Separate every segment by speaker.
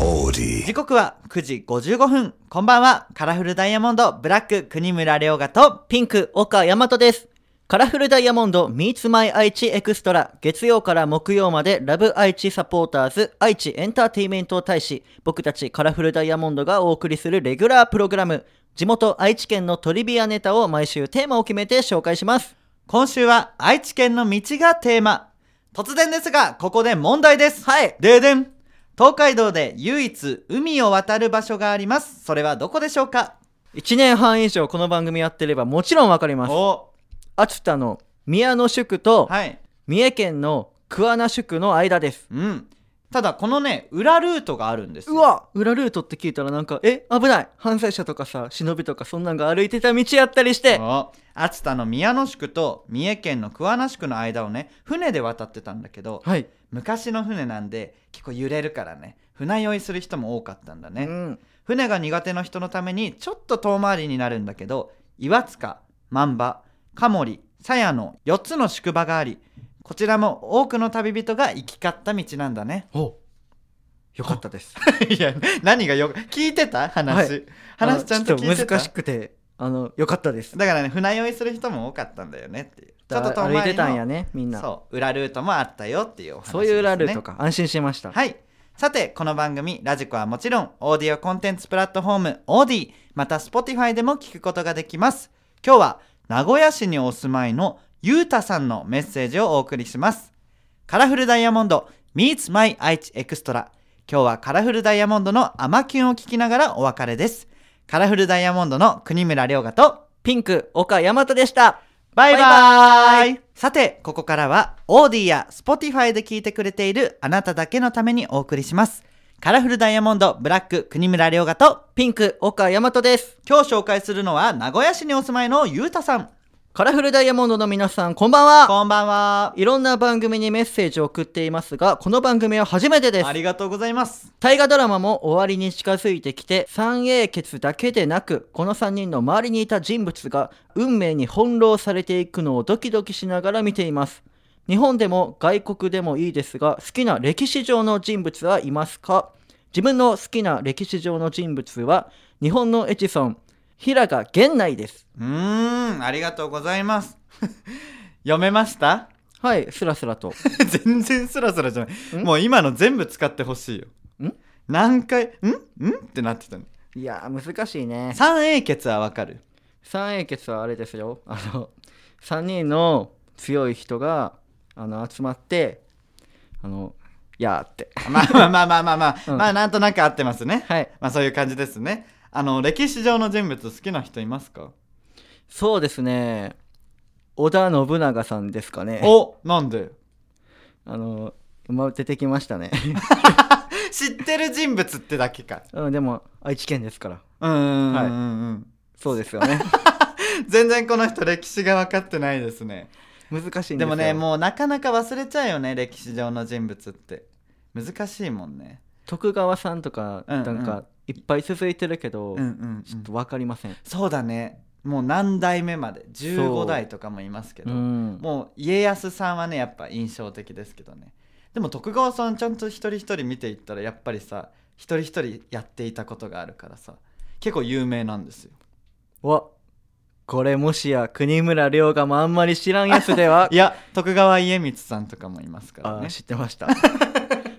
Speaker 1: Audi.
Speaker 2: 時刻は9時55分。こんばんは。カラフルダイヤモンド、ブラック、国村良賀と、
Speaker 3: ピンク、岡大和です。カラフルダイヤモンド Meets My 愛知エクストラ月曜から木曜までラブ愛知サポーターズ愛知エンターテイメントを大使僕たちカラフルダイヤモンドがお送りするレギュラープログラム地元愛知県のトリビアネタを毎週テーマを決めて紹介します
Speaker 2: 今週は愛知県の道がテーマ。突然ですが、ここで問題です。はい。ででん。東海道で唯一海を渡る場所があります。それはどこでしょうか
Speaker 3: 1年半以上この番組やってればもちろんわかります
Speaker 2: お
Speaker 3: 秋田の宮野宿と
Speaker 2: はい。
Speaker 3: 三重県の桑名宿の間です
Speaker 2: うん。ただ、このね、裏ルートがあるんですよ。
Speaker 3: うわ裏ルートって聞いたらなんかえ危ない犯罪者とかさ忍びとかそんなんが歩いてた道やったりして
Speaker 2: お秋田の宮野宿と三重県の桑名宿の間をね、船で渡ってたんだけど、
Speaker 3: はい、
Speaker 2: 昔の船なんで結構揺れるからね、船酔いする人も多かったんだね。
Speaker 3: うん、
Speaker 2: 船が苦手な人のためにちょっと遠回りになるんだけど岩塚万場カモリ鞘の4つの宿場がありこちらも多くの旅人が行き交った道なんだ ね
Speaker 3: およかったです
Speaker 2: いや何がよ聞いてた話、
Speaker 3: は
Speaker 2: 話ちゃんと
Speaker 3: あの
Speaker 2: 聞い
Speaker 3: ち
Speaker 2: て
Speaker 3: ょっと
Speaker 2: た
Speaker 3: 難しくてあのよかったです
Speaker 2: だからね船酔いする人も多かったんだよねっていうちょっと遠回り
Speaker 3: 歩
Speaker 2: の
Speaker 3: いてたんやねみんなそう,、
Speaker 2: そう裏ルートもあったよっていうお話です、ね、
Speaker 3: いう裏ルートか安心しました、
Speaker 2: はい。さて、この番組、ラジコはもちろん、オーディオコンテンツプラットフォーム、オーディ、また Spotify でも聞くことができます。今日は、名古屋市にお住まいのゆうたさんのメッセージをお送りします。カラフルダイヤモンド、Meets My 愛知エクストラ。今日はカラフルダイヤモンドのアマキュンを聞きながらお別れです。カラフルダイヤモンドの国村良賀と、
Speaker 3: ピンク岡大和でした
Speaker 2: バイバ
Speaker 3: バ
Speaker 2: イ
Speaker 3: イ
Speaker 2: さて、ここからは、オーディや Spotify で聞いてくれているあなただけのためにお送りします。カラフルダイヤモンド、ブラック、国村良賀と、
Speaker 3: ピンク岡大和です
Speaker 2: 今日紹介するのは、名古屋市にお住まいのゆうたさん。
Speaker 3: カラフルダイヤモンドの皆さんこんばんは
Speaker 2: こんばんは。
Speaker 3: いろんな番組にメッセージを送っていますがこの番組は初めてです
Speaker 2: ありがとうございます。
Speaker 3: 大河ドラマも終わりに近づいてきて三英傑だけでなくこの3人の周りにいた人物が運命に翻弄されていくのをドキドキしながら見ています日本でも外国でもいいですが好きな歴史上の人物はいますか自分の好きな歴史上の人物は日本のエジソン平賀源内です
Speaker 2: うーん、ありがとうございます。 読めました
Speaker 3: はいスラスラと
Speaker 2: 全然スラスラじゃない。
Speaker 3: ん
Speaker 2: もう今の全部使ってほしいよ。
Speaker 3: ん
Speaker 2: 何回、んんってなってたの。
Speaker 3: いやー難しいね
Speaker 2: 三英傑はわかる
Speaker 3: 三英傑はあれですよあの3人の強い人があの集まってあの「やー」って
Speaker 2: まあまあまあまあまあまあ、
Speaker 3: うん
Speaker 2: まあなんとなく合ってますね。
Speaker 3: はい
Speaker 2: まあそういう感じですね。あの歴史上の人物好きな人いますか？
Speaker 3: そうですね織田信長さんですかね
Speaker 2: お、なんで？
Speaker 3: あのまあ出てきましたね、
Speaker 2: 知ってる人物ってだけか。
Speaker 3: うん、でも愛知県ですから
Speaker 2: うんうんうんうん
Speaker 3: はい
Speaker 2: うん。
Speaker 3: そうですよ ね
Speaker 2: 全然この人歴史が分かってないですね。
Speaker 3: 難しいんですよ
Speaker 2: でもね、もうなかなか忘れちゃうよね歴史上の人物って難しいもんね。
Speaker 3: 徳川さんとか
Speaker 2: うんう
Speaker 3: なんんかいっぱい続いてるけど、
Speaker 2: うんうんうん、
Speaker 3: ちょっと分かりません、
Speaker 2: そうだね。もう何代目まで
Speaker 3: そ
Speaker 2: 15
Speaker 3: う
Speaker 2: 代とかもいますけ
Speaker 3: う
Speaker 2: ど。
Speaker 3: ん、
Speaker 2: もう家康さんはねやっぱ印象的ですけどねでも徳川さんちゃんと一人一人見ていったらやっぱりさ一人一人やっていたことがあるからさ結構有名なんですよ
Speaker 3: わこれもしや国村良がもあんまり知らんやつではい
Speaker 2: や徳川家光さんとかもいますから
Speaker 3: あー
Speaker 2: ね
Speaker 3: 知ってました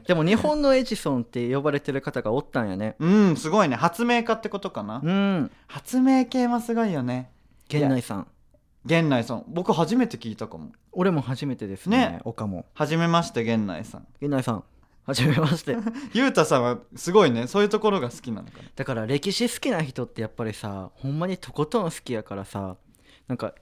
Speaker 3: でも日本のエジソンって呼ばれてる方がおったんやね
Speaker 2: うんすごいね発明家ってことかな
Speaker 3: うん
Speaker 2: 発明系もすごいよね
Speaker 3: 源内さん
Speaker 2: 源内さん僕初めて聞いたかも
Speaker 3: 俺も初めてですね
Speaker 2: ね
Speaker 3: 岡も
Speaker 2: 初めまして源内さん
Speaker 3: 源内さん初めまして
Speaker 2: ゆうたさんはすごいねそういうところが好きなのかな
Speaker 3: だから歴史好きな人ってやっぱりさほんまにとことん好きやからさなんか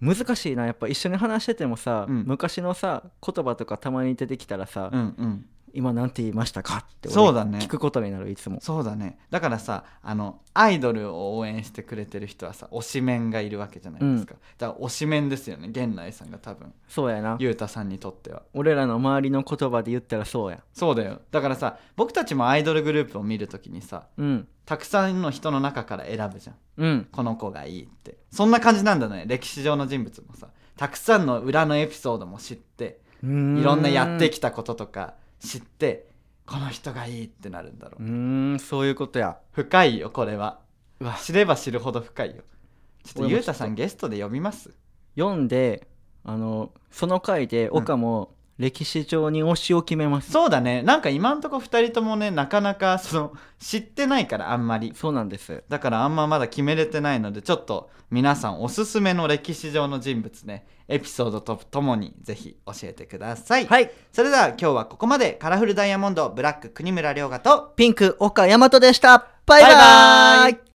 Speaker 3: 難しいなやっぱ一緒に話しててもさ、
Speaker 2: うん
Speaker 3: 昔のさ言葉とかたまに出てきたらさ、
Speaker 2: うんうん
Speaker 3: 今なんて言いましたかって俺
Speaker 2: そうだね
Speaker 3: 聞くことになるいつも
Speaker 2: そうだねだからさあのアイドルを応援してくれてる人はさ推しメンがいるわけじゃないですか、だから推しメンですよね源内さんが多分
Speaker 3: そうやな
Speaker 2: ゆうたさんにとっては
Speaker 3: 俺らの周りの言葉で言ったらそうや
Speaker 2: そうだよだからさ僕たちもアイドルグループを見るときにさ
Speaker 3: うん
Speaker 2: たくさんの人の中から選ぶじゃん
Speaker 3: うん
Speaker 2: この子がいいってそんな感じなんだね歴史上の人物もさたくさんの裏のエピソードも知って
Speaker 3: い
Speaker 2: いろんなやってきたこととか知って
Speaker 3: この人がいいってなるんだろう、
Speaker 2: うーんそういうことや
Speaker 3: 深いよこれは
Speaker 2: うわ
Speaker 3: 知れば知るほど深いよちょっと
Speaker 2: 俺も
Speaker 3: ゆうたさんゲストで呼びます
Speaker 2: 読んであのその回で
Speaker 3: ん
Speaker 2: 岡も歴史上に推しを決めます、
Speaker 3: そうだねなんか今んとこ2人ともねなかなかその知ってないからあんまり
Speaker 2: そうなんです
Speaker 3: だからあんままだ決めれてないのでちょっと皆さんおすすめの歴史上の人物ねエピソードとともにぜひ教えてください、
Speaker 2: はい
Speaker 3: それでは今日はここまでカラフルダイヤモンドブラック国村良賀と
Speaker 2: ピンク岡大和でしたバイバ
Speaker 3: バイバ
Speaker 2: ー
Speaker 3: ー
Speaker 2: イ
Speaker 3: イ